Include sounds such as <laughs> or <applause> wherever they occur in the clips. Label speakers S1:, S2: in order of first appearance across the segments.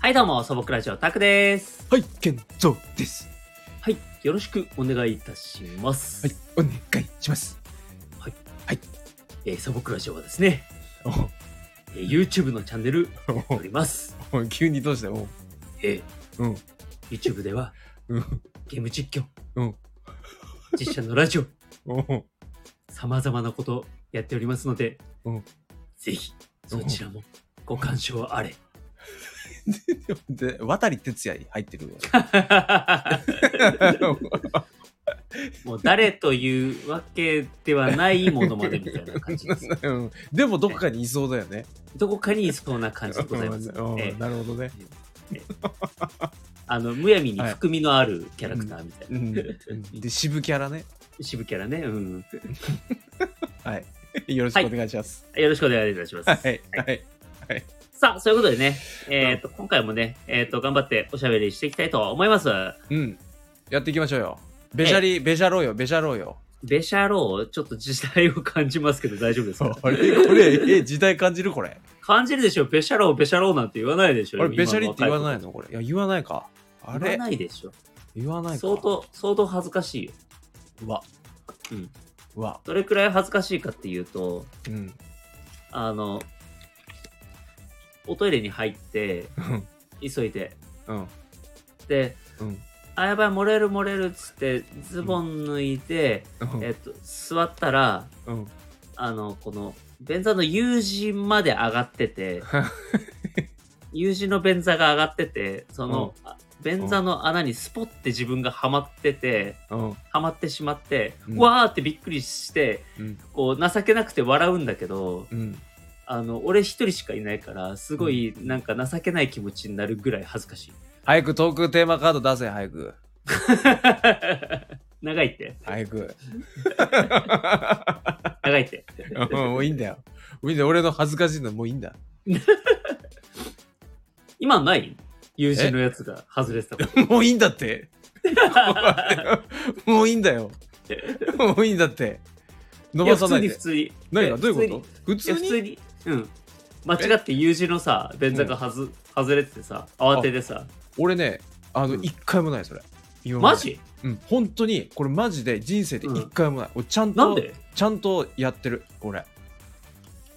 S1: はい、どうも、素朴ラジオタクです。
S2: はい、健三です。
S1: はい、よろしくお願いいたします。
S2: はい、お願いします。
S1: えー素朴ラジオはですね、えー YouTube のチャンネル
S2: お
S1: おります。
S2: お急にどうしたお
S1: えー
S2: うん
S1: YouTube では
S2: うん
S1: ゲーム実況、
S2: うん
S1: 実写のラジオ、
S2: お
S1: 様々なことやっておりますので、
S2: うん
S1: ぜひそちらもご鑑賞あれ。 <laughs>
S2: で、渡哲也に入ってる
S1: もう誰というわけではないものまでみたいな感じ <laughs> です。
S2: うん <laughs> でもどっかにいそうだよね。
S1: どこかにいそうな感じでございます。
S2: うん
S1: ええ
S2: なるほどね。
S1: あの、むやみに含みのあるキャラクターみたいな。
S2: うんで、渋キャラね。
S1: 渋キャラね。うん。
S2: はい。よろしくお願いします。
S1: よろしくお願いいたします。
S2: はい。はい。
S1: さあ、そういうことでね、えっと、今回もね、えっと、頑張っておしゃべりしていきたいと思います。
S2: うん。やっていきましょうよ。ベシャリ、ベシャローよ、ベシャローよ。
S1: ベシャロー、ちょっと時代を感じますけど大丈夫ですか
S2: <laughs> あれこれ、え、時代感じる <laughs> これ。
S1: 感じるでしょベシャロー、ベシャローなんて言わないでしょ
S2: あれ、ベシャリって言わないいのこれ。いや、言わないか。あ
S1: 言わ
S2: れ、
S1: ないでしょ
S2: 言わないか。
S1: 相当、相当恥ずかしいよ。
S2: うわ。
S1: うん。
S2: うわ。
S1: どれくらい恥ずかしいかっていうと、
S2: うん。
S1: あの、おトイレに入って、急いで、
S2: うん。
S1: で、
S2: うん。
S1: あ、やばい、漏れる漏れるっつって、ズボン脱いで、えっと、座ったら、
S2: うん。
S1: あの、この、便座の U 字まで上がって
S2: <laughs>
S1: て、U 字の便座が上がってて、その、あ便座の穴にスポって自分がはまってて、
S2: うん。
S1: はまってしまって、
S2: うん
S1: わーってびっくりして、
S2: うん。
S1: こう、情けなくて笑うんだけど、
S2: うん。
S1: あの、俺一人しかいないから、すごい、なんか情けない気持ちになるぐらい恥ずかしい。 <laughs>
S2: 早くトークテーマカード出せ、早く。
S1: 長いって、
S2: 早 <laughs> く。
S1: 長いって。
S2: もういいんだよ。もういいんだよ。俺の恥ずかしいのもういいんだ。
S1: 今ない友人のやつが外れてたか
S2: <laughs> もういいんだって。
S1: ら。
S2: <laughs> もういいんだよ。もういいんだって。伸
S1: いや
S2: ば
S1: 普
S2: さ
S1: 通
S2: な
S1: に
S2: い
S1: 普
S2: で。
S1: 通に。
S2: 何がどういう
S1: や
S2: こと普
S1: 普通
S2: 通
S1: にいや普
S2: に
S1: 通に。うん。間違って U 字のさ、便座がはず、外れててさ、慌ててさ。
S2: 俺ね、あの、
S1: うん
S2: 一回もない、それ。今ま
S1: マ
S2: で
S1: ジ
S2: うん、本当に、これマジで人生で一回もない。俺ちゃんと、
S1: なんで
S2: ちゃんとやってる、俺。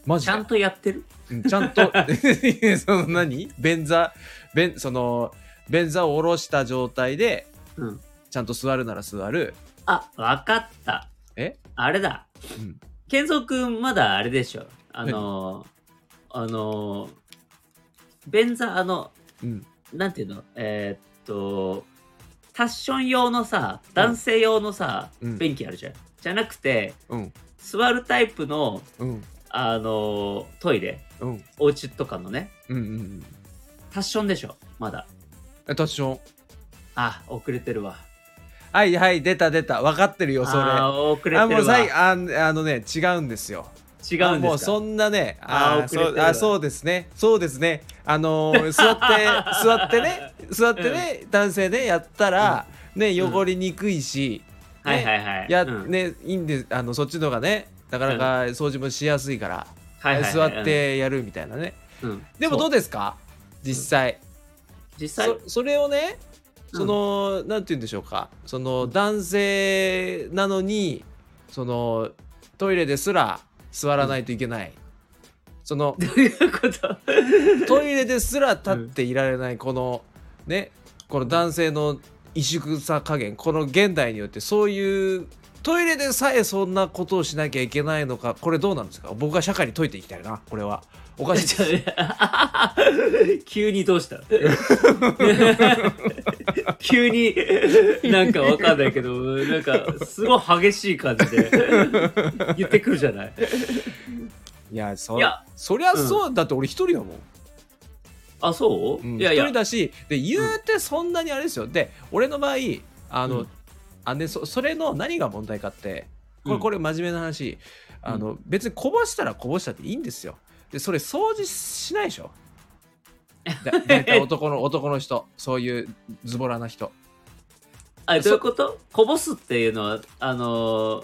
S2: マジ
S1: ち
S2: で
S1: ゃ。んとやってる
S2: うんちゃんと <laughs> その何便座便その便座を下ろした状態で
S1: うん。
S2: ちゃんと座るなら座る
S1: あ、わかった。
S2: え
S1: あれだ。
S2: うん
S1: 健三くん、まだあれでしょ。あのー、あのー、便座、あの、
S2: うん
S1: なんていうのえーっと、タッション用のさ、男性用のさ、
S2: うん
S1: 便器あるじゃん。じゃなくて、
S2: うん
S1: 座るタイプの、
S2: うん
S1: あのートイレ、
S2: うん
S1: お家とかのね、
S2: うんうん
S1: タッションでしょ、まだ。
S2: えタッション
S1: あ、遅れてるわ。
S2: はいはい出た出た分かってるよそれ
S1: あ
S2: あ
S1: ー、遅れ
S2: も
S1: て
S2: う
S1: るわ。
S2: さ
S1: 違
S2: いああのね違うんですよ
S1: う
S2: あ
S1: ん
S2: も
S1: で
S2: う
S1: すか
S2: そんなね
S1: あー
S2: ー
S1: 遅れて
S2: そ
S1: る
S2: う
S1: わ
S2: あそうですねそうですねあのー座
S1: <laughs>
S2: って座ってね座ってね、男性ねやったら、ね
S1: うん
S2: 汚れにくいし、ね
S1: はいはいはい。
S2: や、
S1: うん、
S2: ねいいんであのそっちの方がねなかなか掃除もしやすいから、
S1: はいはいはい
S2: 座っ、てやるみたいなね、
S1: うんうん
S2: でも
S1: そ
S2: ど
S1: う
S2: うですか実際、
S1: 実際、
S2: そそれをね
S1: うん
S2: その、なんて言うんでしょうかその男性なのにそのトイレですら座らないといけない、その
S1: どういうこと
S2: トイレですら立っていられないこのねこの男性の萎縮さ加減この現代によってそういうトイレでさえそんなことをしなきゃいけないのかこれどうなんですか僕が社会に解いていきたいなこれはおかし
S1: <laughs>
S2: い
S1: ちょ <laughs> 急にどうした <laughs> 急になんかわかんないけどなんかすごい激しい感じで言ってくるじゃない
S2: いやそ
S1: いや
S2: そりゃそう、だって俺一人だもん
S1: あそう、
S2: うん
S1: いやいや
S2: 一人だしで言うてそんなにあれですよ、で俺の場合あの、
S1: うん
S2: あでそそれの何が問題かってこ
S1: う
S2: れ
S1: ん
S2: これ真面目な話、あの別にこぼしたらこぼしたっていいんですよでそれ掃除しないで
S1: <laughs>
S2: しょだ大体男の男の人そういうズボラな人
S1: あどういうことこぼすっていうのはあのー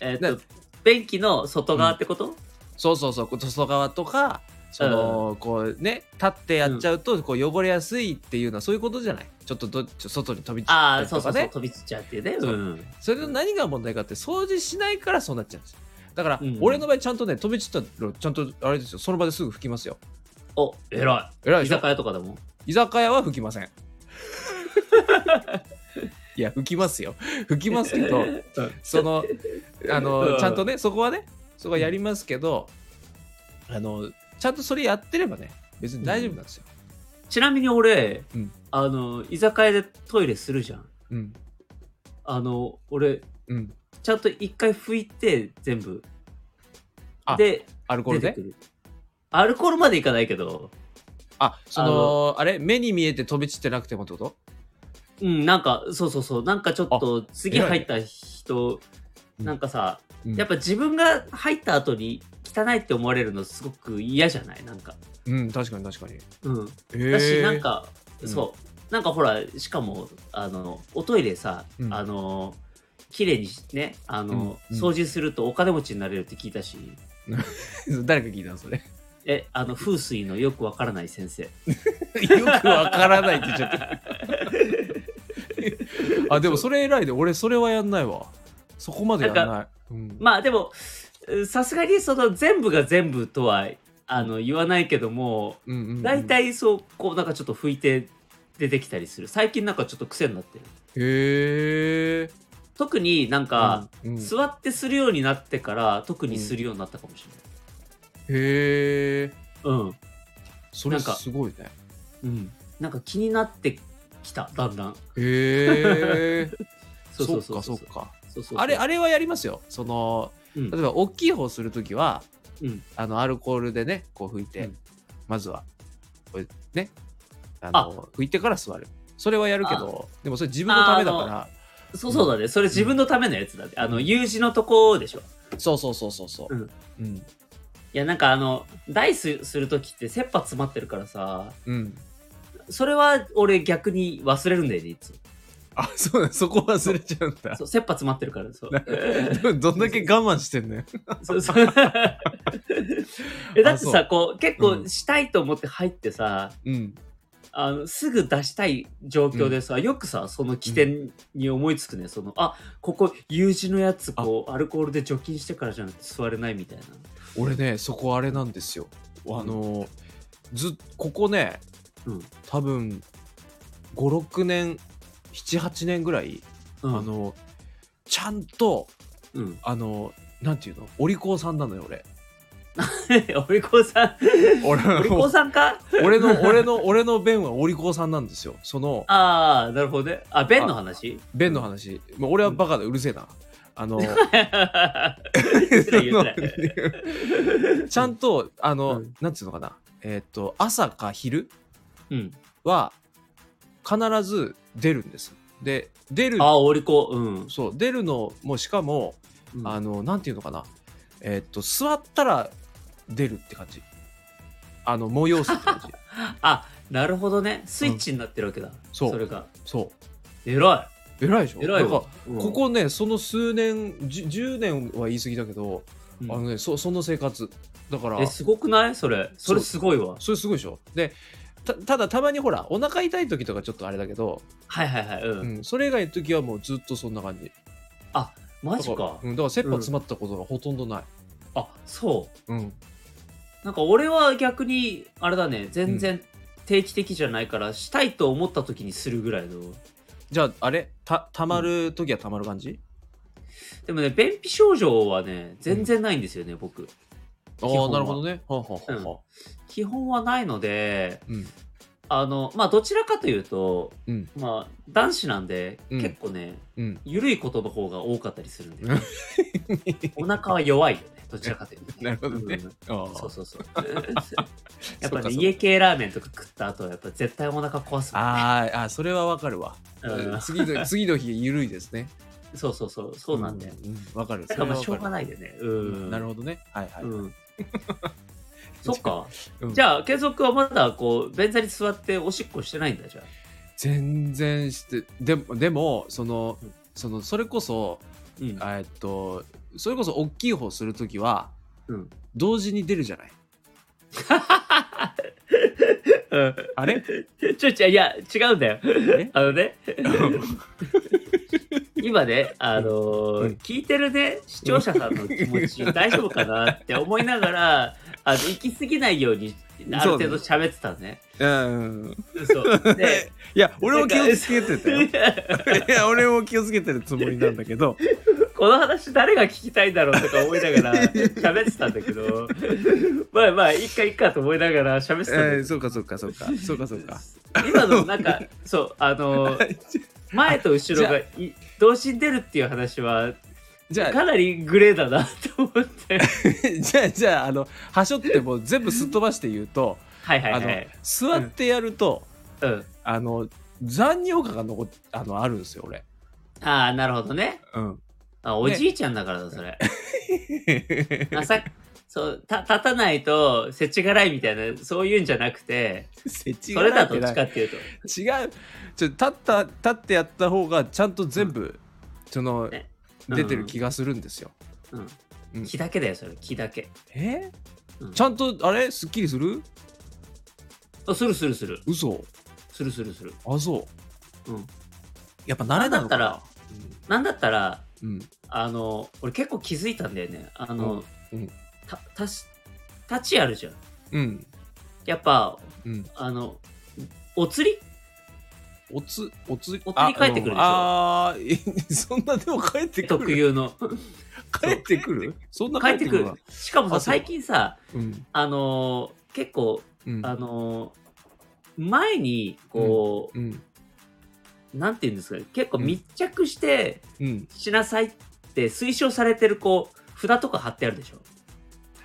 S1: えっ、と
S2: ね
S1: 便器の外側ってこと、
S2: そうそうそう外側とかそのこうね立ってやっちゃうとこう汚れやすいっていうのはそういうことじゃないちょっとどちょ外に飛び散
S1: あ
S2: った
S1: あ、
S2: り
S1: そうそ
S2: とか
S1: うそう、
S2: ね
S1: 飛び散っちゃうっていうね。
S2: そう
S1: うん。
S2: それの何が問題かって掃除しないからそうなっちゃうんですよだから
S1: うん
S2: 俺の場合ちゃんとね飛び散ったらちゃんとあれですよその場ですぐ拭きますよ
S1: お、偉
S2: えらい
S1: い。居
S2: でしょ
S1: 酒屋とかでも。
S2: 居酒屋は吹きません <laughs> いや吹きますよ吹きますけ
S1: <laughs>
S2: どそのあ
S1: う
S2: の
S1: ん
S2: ちゃんとねそこはねそこはやりますけど、あのちゃんとそれやってればね別に大丈夫なんですよ、
S1: ちなみに俺、
S2: うん
S1: あの、居酒屋でトイレするじゃん。
S2: うん
S1: あの、俺、
S2: うん、
S1: ちゃんと一回拭いて、全部
S2: あ。
S1: で、
S2: アルコー
S1: 出
S2: ル
S1: て
S2: で
S1: くる。アルコールまでいかないけど、
S2: あそのあれ目に見えて飛び散ってなくてもってこと
S1: うん、なんか、そうそうそう、なんかちょっと、次入った人、
S2: うん
S1: なんかさ、
S2: うん
S1: やっぱ自分が入った後に汚いって思われるのすごく嫌じゃないなんか。
S2: うん確かに確かに
S1: うん。
S2: え
S1: だし、なんか、
S2: うん
S1: そう、なんかほら、しかも、あの、おトイレさ、
S2: うん
S1: あの、綺麗にね、あの、
S2: うんうん
S1: 掃除するとお金持ちになれるって聞いたし、
S2: <laughs> 誰か聞いたのそれ
S1: え、あの、風水のよくわからない先生。
S2: よくわからないって言っちゃった <laughs> あでもそれ偉いで俺それはやんないわそこまでやんないうん
S1: まあでも、うんさすがにその全部が全部とは、あの、言わないけども、
S2: うんうんうん
S1: 大体そう、こう、なんかちょっと拭いて出てきたりする。最近なんかちょっと癖になってる。
S2: へえ
S1: 特になんか、
S2: うんうん
S1: 座ってするようになってから、特にするようになったかもし
S2: へえ
S1: れない。うん。
S2: それ
S1: なんか
S2: すごいね
S1: うん、なんか気になってきただんだん
S2: へえ
S1: そう
S2: <laughs> そ
S1: そう
S2: う
S1: そう
S2: かそううか
S1: そうそう
S2: あれあれはやりますよその
S1: うん
S2: 例えば大きい方するときは、
S1: うん
S2: あのアルコールでねこう拭いて、
S1: うん
S2: まずはこれねあの拭いてから座るそれはやるけどでもそれ自分のためだか
S1: そうそうだねそれ自分のためのやつだって、あの U 字のとこでしょい
S2: らそうそうそうそうそう
S1: う
S2: うん
S1: ん
S2: うん、
S1: やなんかあのダイスする時って切羽詰まってるからさそれは俺逆に忘れるんだよねい <laughs> つも
S2: あそうだそこ忘れちゃうんだ
S1: そう切羽詰まってるからそう
S2: <laughs> どんだけ我慢してんのよ
S1: <laughs> そうそうえだって
S2: あそ
S1: さこう結構したいと思って入ってさ、
S2: うん
S1: あのすぐ出したい状況でさ、よくさその起点に思いつくね、そのあここ U 字のやつこうアルコールで除菌してからじゃなくて座れないみたいな
S2: 俺ねそこあれなんですよあのずここね、
S1: うん
S2: 多分56年78年ぐらい、
S1: うん
S2: あのちゃんと
S1: うん <laughs>
S2: あのなんていうのお利口さんなのよ <laughs> 俺
S1: お利口さん
S2: 俺
S1: お利口さんか
S2: 俺の俺の俺の弁はお利口さんなんですよその
S1: ああなるほどねあ弁の話
S2: 弁の話、まあ、俺はバカだうるせえなあ <laughs> の
S1: 言ってない言ってない
S2: ちゃんとあの、
S1: うん
S2: なんていうのかなえーっと朝か昼
S1: うん
S2: は必ず出るんですで出る
S1: ああお利口うん、
S2: そう出るのもしかも、
S1: うん
S2: あのなんていうのかなえーっと座ったら出るって感じあの催すっ
S1: <laughs>
S2: て感じ
S1: あなるほどねスイッチになってるわけだ、
S2: そう
S1: それが
S2: そ
S1: 偉
S2: う偉いでしょ
S1: い偉い
S2: なん
S1: わ
S2: か、
S1: うん
S2: ここねその数年じゅ 10, 年は言い過ぎだけど、
S1: うん
S2: あのねそその生活だから
S1: えすごくないそれそれすごいわ
S2: それすごいでしょでたただたまにほらお腹痛い時とかちょっとあれだけど、
S1: はいはいはいうん、
S2: うんそれ以外の時はもうずっとそんな感じ
S1: マジ
S2: だから
S1: か
S2: うん、だから切羽詰まったことがほとんどない、
S1: あそう
S2: うん、
S1: なんか俺は逆にあれだね全然定期的じゃないからしたいと思った時にするぐらいの
S2: じゃああれたたまる時はたまる感じ、
S1: でもね便秘症状はね全然ないんですよね、僕基
S2: ああ
S1: 本は
S2: なるほどねはあはあはあはあ
S1: 基本はないので
S2: うん
S1: あのまあどちらかというと、
S2: うん
S1: まあ男子なんで、
S2: うん
S1: 結構ね
S2: うん
S1: 緩いことの方が多かったりするんで
S2: <laughs>
S1: お腹は弱いよねどちらかというと、
S2: <laughs> なるほどね
S1: うん
S2: ああ
S1: そうそうそう <laughs> やっ
S2: そう
S1: ぱ
S2: か
S1: ね
S2: そうか
S1: 家系ラーメンとか食った後はやっぱ絶対お腹壊すもんね
S2: あーあーそれはわかるわ、
S1: うん
S2: 次の次の日ゆるいですね
S1: そうそうそうそうなんだよ、
S2: うんわ、かる
S1: だからまあしょうが
S2: い
S1: ないよね。うん。
S2: なるほどねはいはい、
S1: うん。 <laughs> そっか。
S2: うん
S1: じゃあ、継続はまだこう、便座に座っておしっこしてないんだじゃあ。
S2: 全然してでもでもそのそのそれこそ
S1: うん。
S2: えっとそれこそ大きい方するときは、
S1: うん
S2: 同時に出るじゃない
S1: うん
S2: あ <laughs>
S1: <laughs>
S2: れ
S1: ちょちょいや違うんだよ
S2: え
S1: あのね今ねあのー
S2: うん
S1: 聞いてるね視聴者さんの気持ち大丈夫かなって思いながらあの行き過ぎないようにある程度喋ってたのね
S2: うん
S1: そうで
S2: いや俺も気をつけてたよい
S1: <laughs>
S2: や俺も気をつけてるつもりなんだけど
S1: この話誰が聞きたいんだろうとか思いな
S2: <laughs>
S1: がら喋ってたんだけどまあまあいいかいいかと思いながら喋ってたんだけ
S2: え
S1: ど
S2: ー、そうかそうかそうかそうかそうか
S1: 今のなんかそうあの前と後ろがい同時に出るっていう話は
S2: じゃあ
S1: かなりグレーだなと思って
S2: <laughs> じゃあじゃああのはしょってもう全部すっ飛ばして言うと
S1: はいはい
S2: あ
S1: は
S2: の
S1: い
S2: 座ってやると、
S1: うん
S2: あの残尿感が残っあのあるんですよ俺。
S1: ああなるほどね
S2: <laughs> うん、
S1: あおじいちゃんだからだそれ、
S2: せ
S1: あさそうた立たないとせちがらいみたいなそういうんじゃなくて
S2: ち
S1: そ
S2: が
S1: れ
S2: ら
S1: だ
S2: い
S1: とどっちかっていうと
S2: 違うちょ立った立ってやった方がちゃんと全部、その
S1: ねうん
S2: 出てる気がするんですよ。
S1: うん
S2: うん
S1: 気だけだよそれ気だけ
S2: え
S1: うん
S2: ちゃんとあれすっきりする
S1: あするするする
S2: 嘘
S1: するするする
S2: あそう
S1: うん
S2: やっぱ慣れなのか
S1: なんだ
S2: な
S1: っなんだったら
S2: うん
S1: あの俺結構気づいたんだよねあの、
S2: うんうん
S1: たたし立ちあるじゃん
S2: うん
S1: やっぱ
S2: うん
S1: あのお釣り
S2: おつおつ
S1: お釣り帰ってくるでしょ
S2: あうんあーそんなでも帰ってく
S1: 特
S2: る
S1: 有
S2: <laughs>
S1: の
S2: 帰ってくるそんな
S1: 帰ってくる
S2: わ
S1: しかも
S2: あ
S1: さ
S2: そう
S1: 最近さ
S2: うん
S1: あのー結構
S2: うん
S1: あのー前にこう、
S2: うん
S1: なんていうんですかね結構
S2: うん
S1: 密着して
S2: うん
S1: しなさいって推奨されてるこう札とか貼ってあるでしょ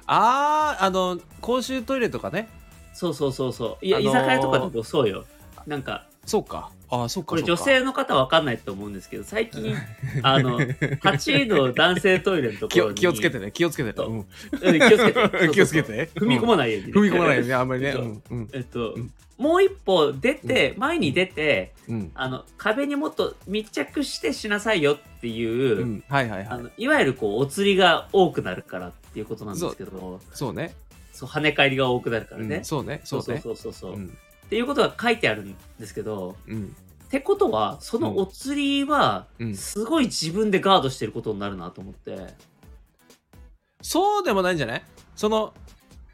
S2: あああの公衆トイレとかね
S1: そうそうそうそういや、
S2: あのー
S1: 居酒屋とかでもそうよなんか
S2: そうかあーそうか
S1: これ
S2: そう
S1: 女
S2: か
S1: 性の方わかんないと思うんですけど最近あの8位の男性トイレのとこ
S2: 気
S1: ろ
S2: を
S1: に
S2: 気をつけてね気をつけてね
S1: そう
S2: うん
S1: うん気をつけてそうそうそう
S2: <laughs> 気をつけて
S1: 踏み込まないようにね、
S2: 踏み込まないよねあんまりね
S1: そう
S2: うんうん
S1: えっと、
S2: うん
S1: もう一歩出て、前に出て
S2: うん
S1: あの壁にもっと密着してしなさいよっていう、
S2: うんはいはい
S1: あ
S2: はい
S1: のいわゆるこうお釣りが多くなるからっていうことなんですけどそう
S2: そうね
S1: 跳ね返りが多くなるからね、
S2: うんそうねそうね
S1: そうそうそうそう、
S2: う
S1: っ
S2: ん
S1: ていうことが書いてあるんですけど
S2: うん
S1: ってことはそのお釣りは
S2: うん
S1: すごい自分でガードしてることになるなと思って、
S2: そうでもないんじゃないその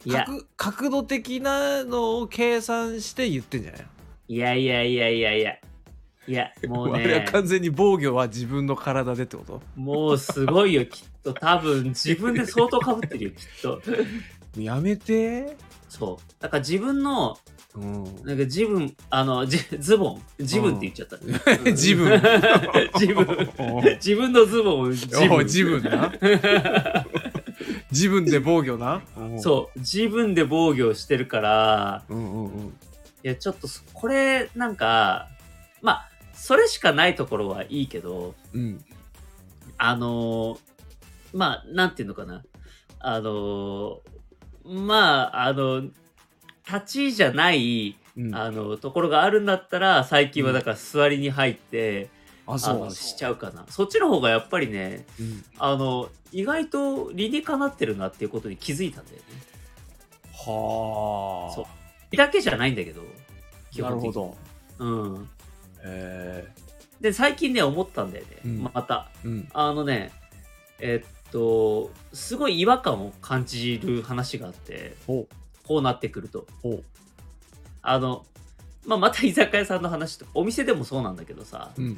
S1: いや
S2: 角角度的なのを計算して言ってんじゃない
S1: いやいやいやいやいやいやもう
S2: あれは
S1: ね
S2: 完全に防御は自分の体でってこと
S1: もうすごいよ、きっと。多分、自分で相当かぶってるよ、きっと。
S2: やめて
S1: そう。だから自分の、
S2: うん
S1: なんか自分、あの、じズボン、自分って言っちゃった。
S2: 自分
S1: 自
S2: お
S1: 分
S2: う。
S1: 自分のズボンを自
S2: おう
S1: 分。
S2: 自分な
S1: <laughs>
S2: 自分で防御な
S1: そう。自分で防御してるから、
S2: うんうんうん
S1: いや、ちょっとそ、これ、なんか、まあ、それしかないところはいいけど、
S2: うん
S1: あのーまあ、なんていうのかな。あのーまあ、あの、立ちじゃない、
S2: うん
S1: あの、ところがあるんだったら、最近はだから座りに入って、
S2: あ
S1: あ
S2: そ
S1: の、
S2: う
S1: しちゃうかな。そっちの方がやっぱりね、
S2: うん
S1: あの、意外と理にかなってるなっていうことに気づいたんだよね。
S2: はあ
S1: そうだけじゃないんだけど、
S2: なるほど
S1: ど。うん。
S2: へ
S1: で、最近ね、思ったんだよね。
S2: うん
S1: また。
S2: えうん
S1: あのね、えっと、すごい違和感を感じる話があって、
S2: おう
S1: こうなってくると。
S2: おう
S1: あの、まあ、また居酒屋さんの話とお店でもそうなんだけどさ、
S2: うん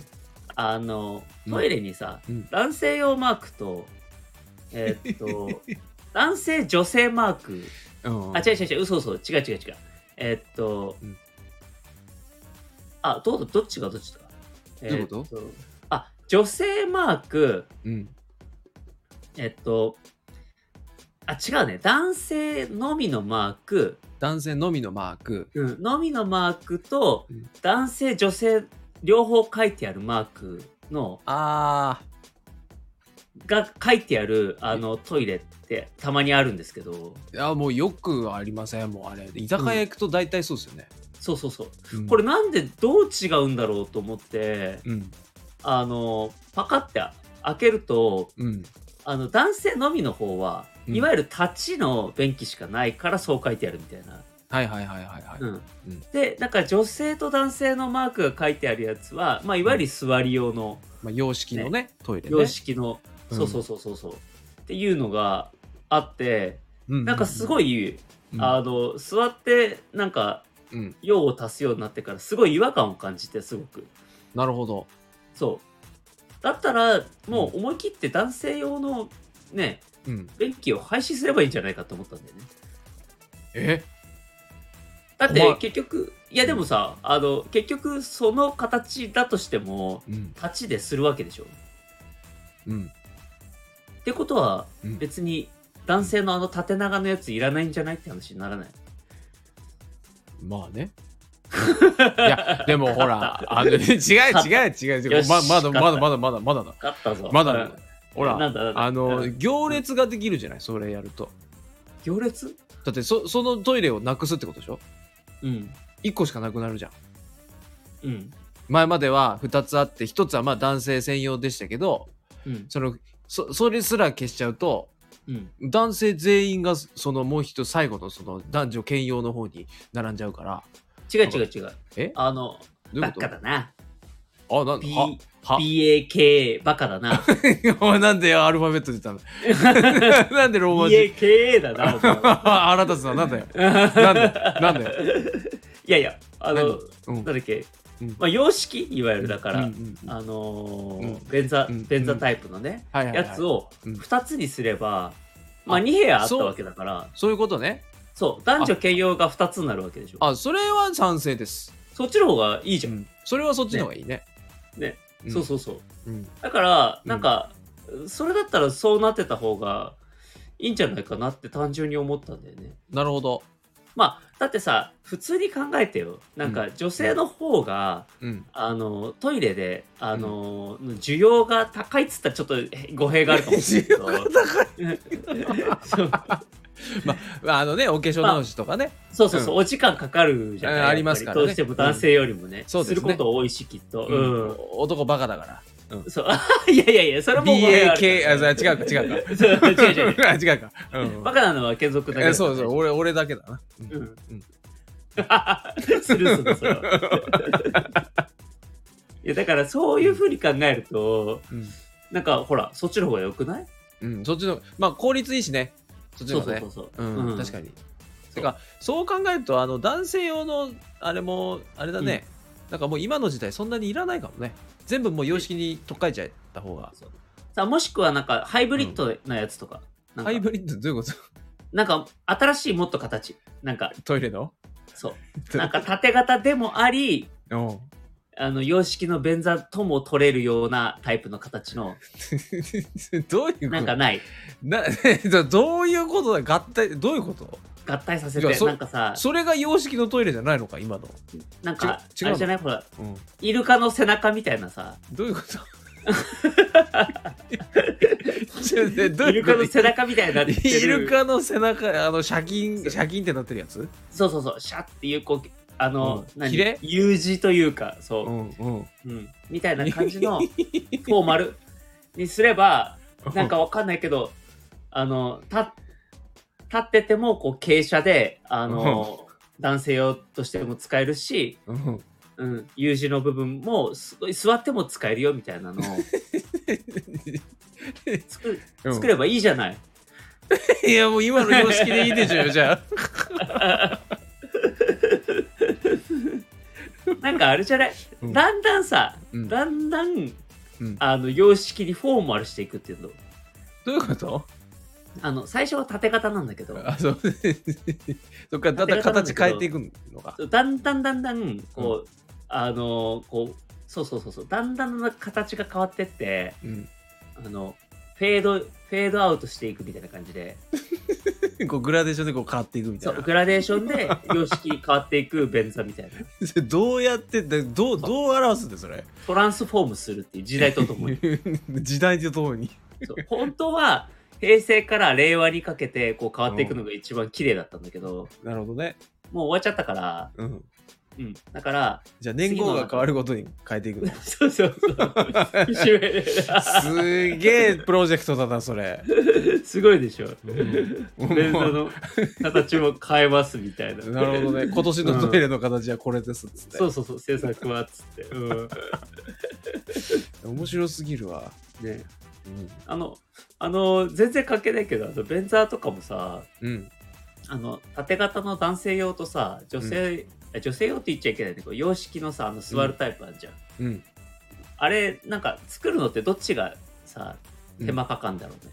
S1: あの
S2: うん
S1: トイレにさ、
S2: うん
S1: 男性用マークとえーっ
S2: <laughs>
S1: と男性女性マーク
S2: うん
S1: あ違う違う違う嘘嘘違う違う違うえーっと、
S2: うん
S1: あどうどっちがどっちだえ
S2: ういうこと
S1: ーっあ女性マーク
S2: うん
S1: えっとあ違うね男性のみのマーク、
S2: 男性のみのマーク
S1: のみのマークと
S2: うん
S1: 男性女性両方書いてあるマークの
S2: あー
S1: が書いてあるあのトイレってたまにあるんですけど
S2: いやもうよくありませんもうあれ居酒屋行くと大体そうですよね、
S1: そうそうそう
S2: うん
S1: これなんでどう違うんだろうと思って
S2: うん
S1: あのパカって開けると
S2: うん
S1: あの男性のみの方は
S2: うん
S1: いわゆる立ちの便器しかないからそう書いてあるみたいな、
S2: はいはいはいはいはい。
S1: うん
S2: うん
S1: でなんか女性と男性のマークが書いてあるやつは、まあ、いわゆる座り用の
S2: まあ、洋式のねトイレね。
S1: 様式の、
S2: うん
S1: そうそうそうそうそうっていうのがあって
S2: うう
S1: なんかすご
S2: い、
S1: い、
S2: うん
S1: あの座ってなんか
S2: うん
S1: 用を足すようになってからすごい違和感を感じてすごく
S2: なるほど。
S1: そうだったらもう思い切って男性用のね
S2: うん、
S1: 便器を廃止すればいいんじゃないかと思ったんだよね
S2: え
S1: だっ
S2: お
S1: て
S2: 前
S1: 結局いやでもさあの結局その形だとしても
S2: うん
S1: 立ちでするわけでしょ
S2: うん
S1: ってことは
S2: うん
S1: 別に男性のあの縦長のやついらないんじゃないって話にならない
S2: まあ
S1: <laughs>
S2: ね。いやでもほら
S1: 勝った
S2: あの、ね、違う違う違う違
S1: よ
S2: う
S1: し
S2: ままだ
S1: 勝
S2: まだ
S1: った
S2: まだまだまだだ
S1: 勝ったぞ
S2: まだ
S1: うん
S2: だほ
S1: な
S2: ら
S1: んだなんだ
S2: あの
S1: うん
S2: 行列ができるじゃないそれやると
S1: 行列
S2: だってそそのトイレをなくすってことでしょ
S1: うん
S2: 1個しかなくなるじゃん
S1: うん
S2: 前までは2つあって1つはまあ男性専用でしたけど
S1: うん
S2: そのそそれすら消しちゃうと
S1: うん
S2: 男性全員がそのもう一最後のその男女兼用の方に並んじゃうから
S1: 違う違う違う
S2: え
S1: あの
S2: どうい
S1: バ
S2: うこ
S1: カだな
S2: とあなん
S1: B
S2: はは
S1: BAK バカだな
S2: <laughs> お前なんでアルファベットで言っ
S1: <laughs>
S2: たのなんでローマ字
S1: BAK だなお前
S2: <laughs> 腹立つななんだよなんでなんだよ
S1: <laughs> いやいやあの
S2: うん
S1: なんだっけ、
S2: うん
S1: まあ、様式いわゆるだから、
S2: うんうんうん
S1: あのー
S2: うん
S1: 便座
S2: うん
S1: 便座タイプのね、
S2: はいはいはい
S1: やつを
S2: うん
S1: 2つにすれば、ま
S2: あ
S1: あ、2部屋あった
S2: そう
S1: わけだから
S2: そういうことね
S1: そう男女兼用が2つになるわけでしょ
S2: あそれは賛成です、
S1: そっちの方がいいじ
S2: う
S1: ゃん、
S2: ん、それはそっちの方がいいね
S1: ね
S2: ん
S1: そうそうそう
S2: うん
S1: だから
S2: うん
S1: なんか、それだったらそうなってた方がいいんじゃないかなって単純に思ったんだよね
S2: なるほど
S1: まあだってさ普通に考えてよなん
S2: う
S1: か女性の方が、
S2: うん
S1: あのトイレであの、需要が高いっつったらちょっと語弊があるかもしれない
S2: <laughs>
S1: けど <laughs> そう
S2: あのねお化粧直しとかね、
S1: そうそうそう、お時間かかるじゃない、
S2: うんありますからね
S1: どうしても男性よりもね,、
S2: そうで
S1: す
S2: すね
S1: ること多いしきっと、う
S2: うん
S1: ん
S2: 男バカだから
S1: そう <laughs> いやいやいやそれも語弊がある
S2: BAK あ違うか違うか
S1: そう <laughs> 違う違う違う
S2: <laughs> あ違うか、うん
S1: バカなのは継続だけだ
S2: えそうそう俺俺だけだな、 <laughs>
S1: う
S2: うん
S1: んスルーするのそれはいやだからそういうふうに考えると
S2: うん
S1: なんかほらそっちの方がよくない
S2: うん、そっちのまあ効率いいしねそっち
S1: そ
S2: の
S1: うそうそ
S2: 方がね
S1: うそう、
S2: うん
S1: うん
S2: 確かにてかそう考えるとあの男性用のあれもあれだね、なんかもう今の時代そんなにいらないかもね全部もう様式に取っ換えちゃった方が
S1: さあもしくはなんかハイブリッドなやつとか,、
S2: ハ
S1: な
S2: イ
S1: んか
S2: ブリッドどういうこと
S1: なんか新しいもっと形なんか
S2: トイレの
S1: そうなんか縦型でもあり
S2: うん
S1: あの様式の便座とも取れるようなタイプの形の
S2: どういうこと
S1: なんかない
S2: な <laughs> どういうことだ合体どういうこと
S1: 合体させ
S2: いや
S1: て
S2: そ
S1: なんかさ
S2: それが洋式のトイレじゃないのか今の、
S1: なんか
S2: ち
S1: あ
S2: 違う
S1: れ
S2: の
S1: じゃないほら
S2: うん、
S1: イルカの背中みたいなさ
S2: どういうこと <laughs> ちょねどう
S1: イ
S2: い
S1: ル
S2: うこ
S1: カ
S2: と
S1: の背中みたいになってる
S2: イルカの背中あのシャキンシャキンってなってるやつ
S1: そうそうそうシャッっていうこうあの、
S2: うん
S1: 何
S2: ヒレ
S1: U 字というかそう、
S2: ん <laughs> うん
S1: うん、みたいな感じのフォーマルにすれば
S2: <laughs>
S1: なんかわかんないけどあのた立っててもこう傾斜であの男性用としても使えるし、
S2: うん
S1: うん、U 字の部分もすごい座っても使えるよみたいな
S2: <laughs>
S1: のを作作ればいいじゃない。
S2: いやもう今の様式でいいでしょじゃあ
S1: なんかあれじゃない、
S2: うん
S1: だんだんさ、
S2: <laughs> うん
S1: だんだん
S2: うん
S1: あの様式にフォーマルしていくっていうの
S2: どういうこと
S1: あの最初は縦型なんだけど
S2: あそう <laughs> そっからだんだん形変えていくのか
S1: そうだんだんだんだんこう、あのーこうそうそうそうそうだんだんだん形が変わってって
S2: うん
S1: あのフェードフェードアウトしていくみたいな感じで
S2: こうグラデーションでこう変わっていくみた
S1: そ
S2: いうな
S1: グラデーション
S2: <laughs>
S1: で様式変わっていく便座みたいな
S2: それどうやってでどうどう表すんだよそれ
S1: トランスフォームするっていう時代ととも
S2: <laughs>
S1: に
S2: 時代とともに
S1: そう本当は平成から令和にかけてこう変わっていくのが一番綺麗だったんだけど、
S2: なるほどね
S1: もう終わっちゃったから
S2: うん
S1: うん。だから、
S2: じゃあ年号が変わるごとに変えていくの
S1: そうそうそう。節目です
S2: げえプロジェクトだなそれ、
S1: <laughs> すごいでしょ。
S2: うん
S1: 便座の形も変えますみたいな。
S2: なるほどね今年のトイレの形はこれですっつっ
S1: <laughs>
S2: て、
S1: そうそうそう、制作はっつって。うん。
S2: 面白すぎるわ、
S1: ねあの、あの、全然関係ないけど、あのベンザーとかもさ、
S2: うん、うん
S1: あの、縦型の男性用とさ、女性、あ女性用って言っちゃいけないんだけど、洋式のさ、あの座るタイプあるじゃん。
S2: うん
S1: あれ、なんか作るのってどっちがさ、手間かかんだろうね。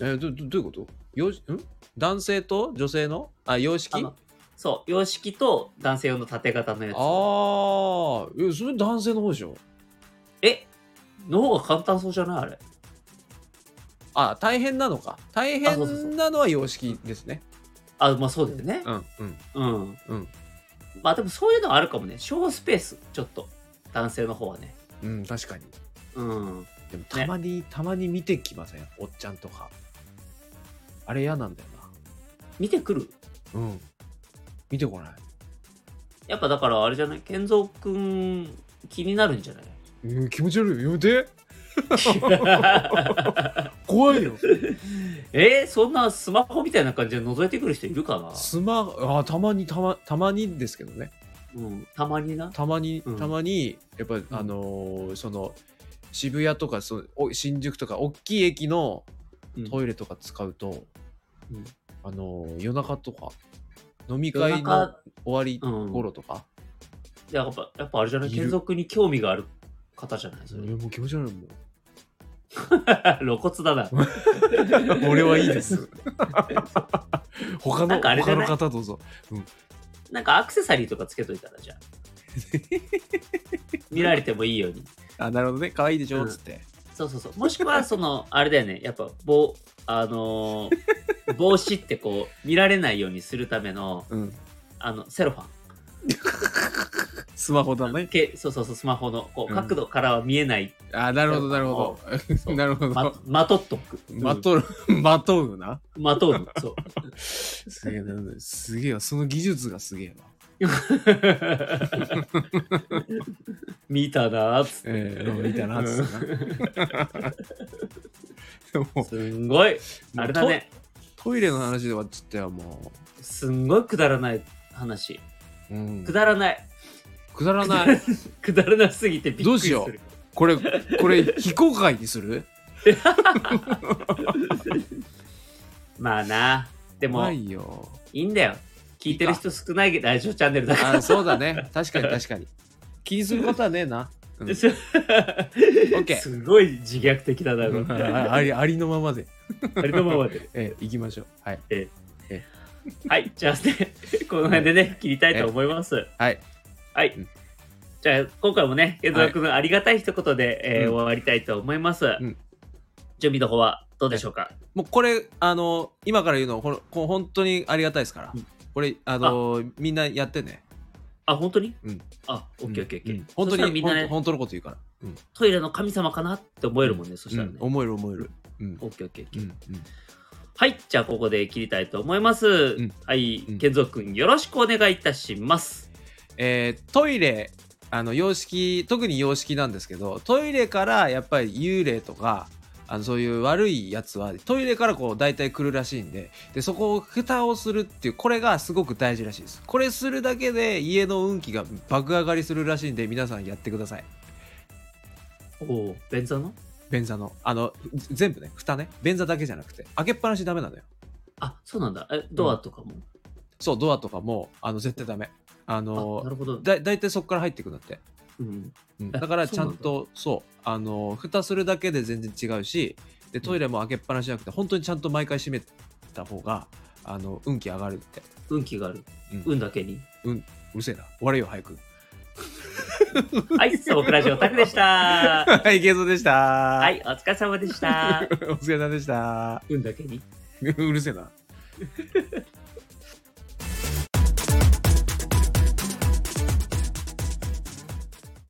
S2: えどどどういうことよん男性と女性のあ様式
S1: あの、そう、洋式と男性用の縦型のやつ。
S2: ああ、えそれ男性の方でしょ
S1: えの方が簡単そうじゃないあれ。
S2: あ、大変なのか。大
S1: あそうそうそう
S2: 変なのは様式ですね。
S1: あ、まあそうだよね。
S2: んうん
S1: うん。
S2: うん
S1: まあでもそういうのはあるかもね。小スペース、ちょっと。男性の方はね。
S2: うん、確かに。
S1: うん。
S2: でもたまに、たまに見てきませんおっちゃんとか。あれ嫌なんだよ
S1: 見てくる
S2: な。うん。見てこない。
S1: やっぱだからあれじゃない健三くん気になるんじゃない
S2: <laughs> うん、気持ち悪いよ。やめて。怖いよ。
S1: えー、そんなスマホみたいな感じで覗いてくる人いるかな、
S2: <laughs> スマあたまにたまたまにですけどね。
S1: うん、たまにな。
S2: たまに、
S1: うん
S2: たまにやっぱ、あのーその渋谷とかそのお新宿とか大きい駅の
S1: うん
S2: トイレとか使うと、
S1: うん
S2: あのー夜中とか飲み
S1: 夜
S2: 会の
S1: 中
S2: 終わ
S1: う
S2: り
S1: ん
S2: 頃とか、
S1: やっぱやっぱあれじゃない
S2: いる
S1: 健三くんに興味がある方じゃないそ
S2: いやもう気持ち悪いも
S1: れ <laughs> 露骨だな。
S2: ん <laughs> 俺はいいです <laughs> 他
S1: な
S2: の
S1: んかあれじ
S2: 他
S1: ゃな
S2: の
S1: い
S2: 方どうぞ
S1: なんかアクセサリーとかつけといたら
S2: <laughs>
S1: じゃあ。見られてもいいように。
S2: あなるほどね可愛いでしょ、
S1: うん
S2: つって
S1: そうそうそう。もしくは、その、あれだよね。やっぱ、帽、あの
S2: <laughs>
S1: ー帽子ってこう、見られないようにするための、
S2: うん
S1: あの、セロファン。
S2: スマホだね
S1: けそうそうそう、スマホの、こう、
S2: うん
S1: 角度からは見えない、
S2: あなるほどなるほ
S1: そ
S2: ど
S1: う
S2: なるほ
S1: ま
S2: ど、
S1: まとっとく。
S2: まとる <laughs> まとうな
S1: うんまと
S2: <laughs>
S1: う。そう。
S2: すげえな、すげえわ、その技術がすげえわ。
S1: 見たなーっつって。
S2: ええ見たなっつってな。 <laughs> もう
S1: すんごい、あれだね。
S2: ト。トイレの話で終わっちゃったよ、も
S1: すんごいくだらない話。
S2: う。うん
S1: くだらない。
S2: くだらない。
S1: くだらなすぎてびっくりする。
S2: どうしようこれ、これ、非公開にする
S1: まあな。でも、
S2: ないいよ。
S1: いんだよ。聞いてる人少ないラジオチャンネルだから。 <laughs>
S2: あ、そうだね。確かに確かに。気にすることはねえな。うん OK
S1: すごい自虐的だな、これ
S2: あありありのままで、
S1: ありのまま
S2: <laughs>
S1: で。
S2: ええ、行きましょう。はい。
S1: はい、じゃあね、この辺でね、切りたいと思います。
S2: はい。
S1: はい
S2: うん。
S1: じゃあ、今回もね、江戸くのありがたい一言で、えー
S2: うん
S1: 終わりたいと思います。
S2: ん
S1: 準備の方はどうでしょうか、
S2: もうこれ、あの、今から言うの、このこう本当にありがたいですから
S1: うん。
S2: これ、あの、みんなやってね。
S1: あ、本当に、
S2: うん
S1: あ、オッケーオッケーオッケー。
S2: うん本当
S1: そしたら
S2: に
S1: みんな
S2: ほん
S1: ね、
S2: 本当のこと言うから。うん
S1: トイレの神様かなって思えるもんね、そしたらね。
S2: うん思える思える。うん
S1: オッケーオッケーオッケ
S2: う
S1: ー。
S2: ん
S1: はい、じゃあここで切りたいと思います。
S2: ん
S1: はい、
S2: うん
S1: 健三くんよろしくお願いいたします。
S2: えートイレあの様式特に様式なんですけどトイレからやっぱり幽霊とかあのそういう悪いやつはトイレからこう大体来るらしいんででそこを蓋をするっていうこれがすごく大事らしいですこれするだけで家の運気が爆上がりするらしいんで皆さんやってください
S1: おお、便座の
S2: 便座のあのぜ全部ね蓋ね便座だけじゃなくて開けっぱなしダメなのよ
S1: あ、そうなんだ。え、ドアとかも。
S2: そうドアとかもあの絶対ダメあの
S1: あ、なるほど。
S2: だ大体そこから入ってくんだって
S1: うん。
S2: うん
S1: あ
S2: だからちゃん
S1: そう
S2: とそうあの蓋するだけで全然違うしでトイレも開けっぱなしじゃなくて本当にちゃんと毎回閉めた方があの運気上がるって
S1: 運気がある。
S2: うん
S1: 運だけに。
S2: うるせえな終われよ早 <laughs> く
S1: はい、そう、ラジオタクでした。
S2: <laughs> はいゲゾでした
S1: は
S2: はい <laughs>
S1: い、お疲れ様でした
S2: お。疲れ様でした <laughs>
S1: 運だけに。
S2: うるせえな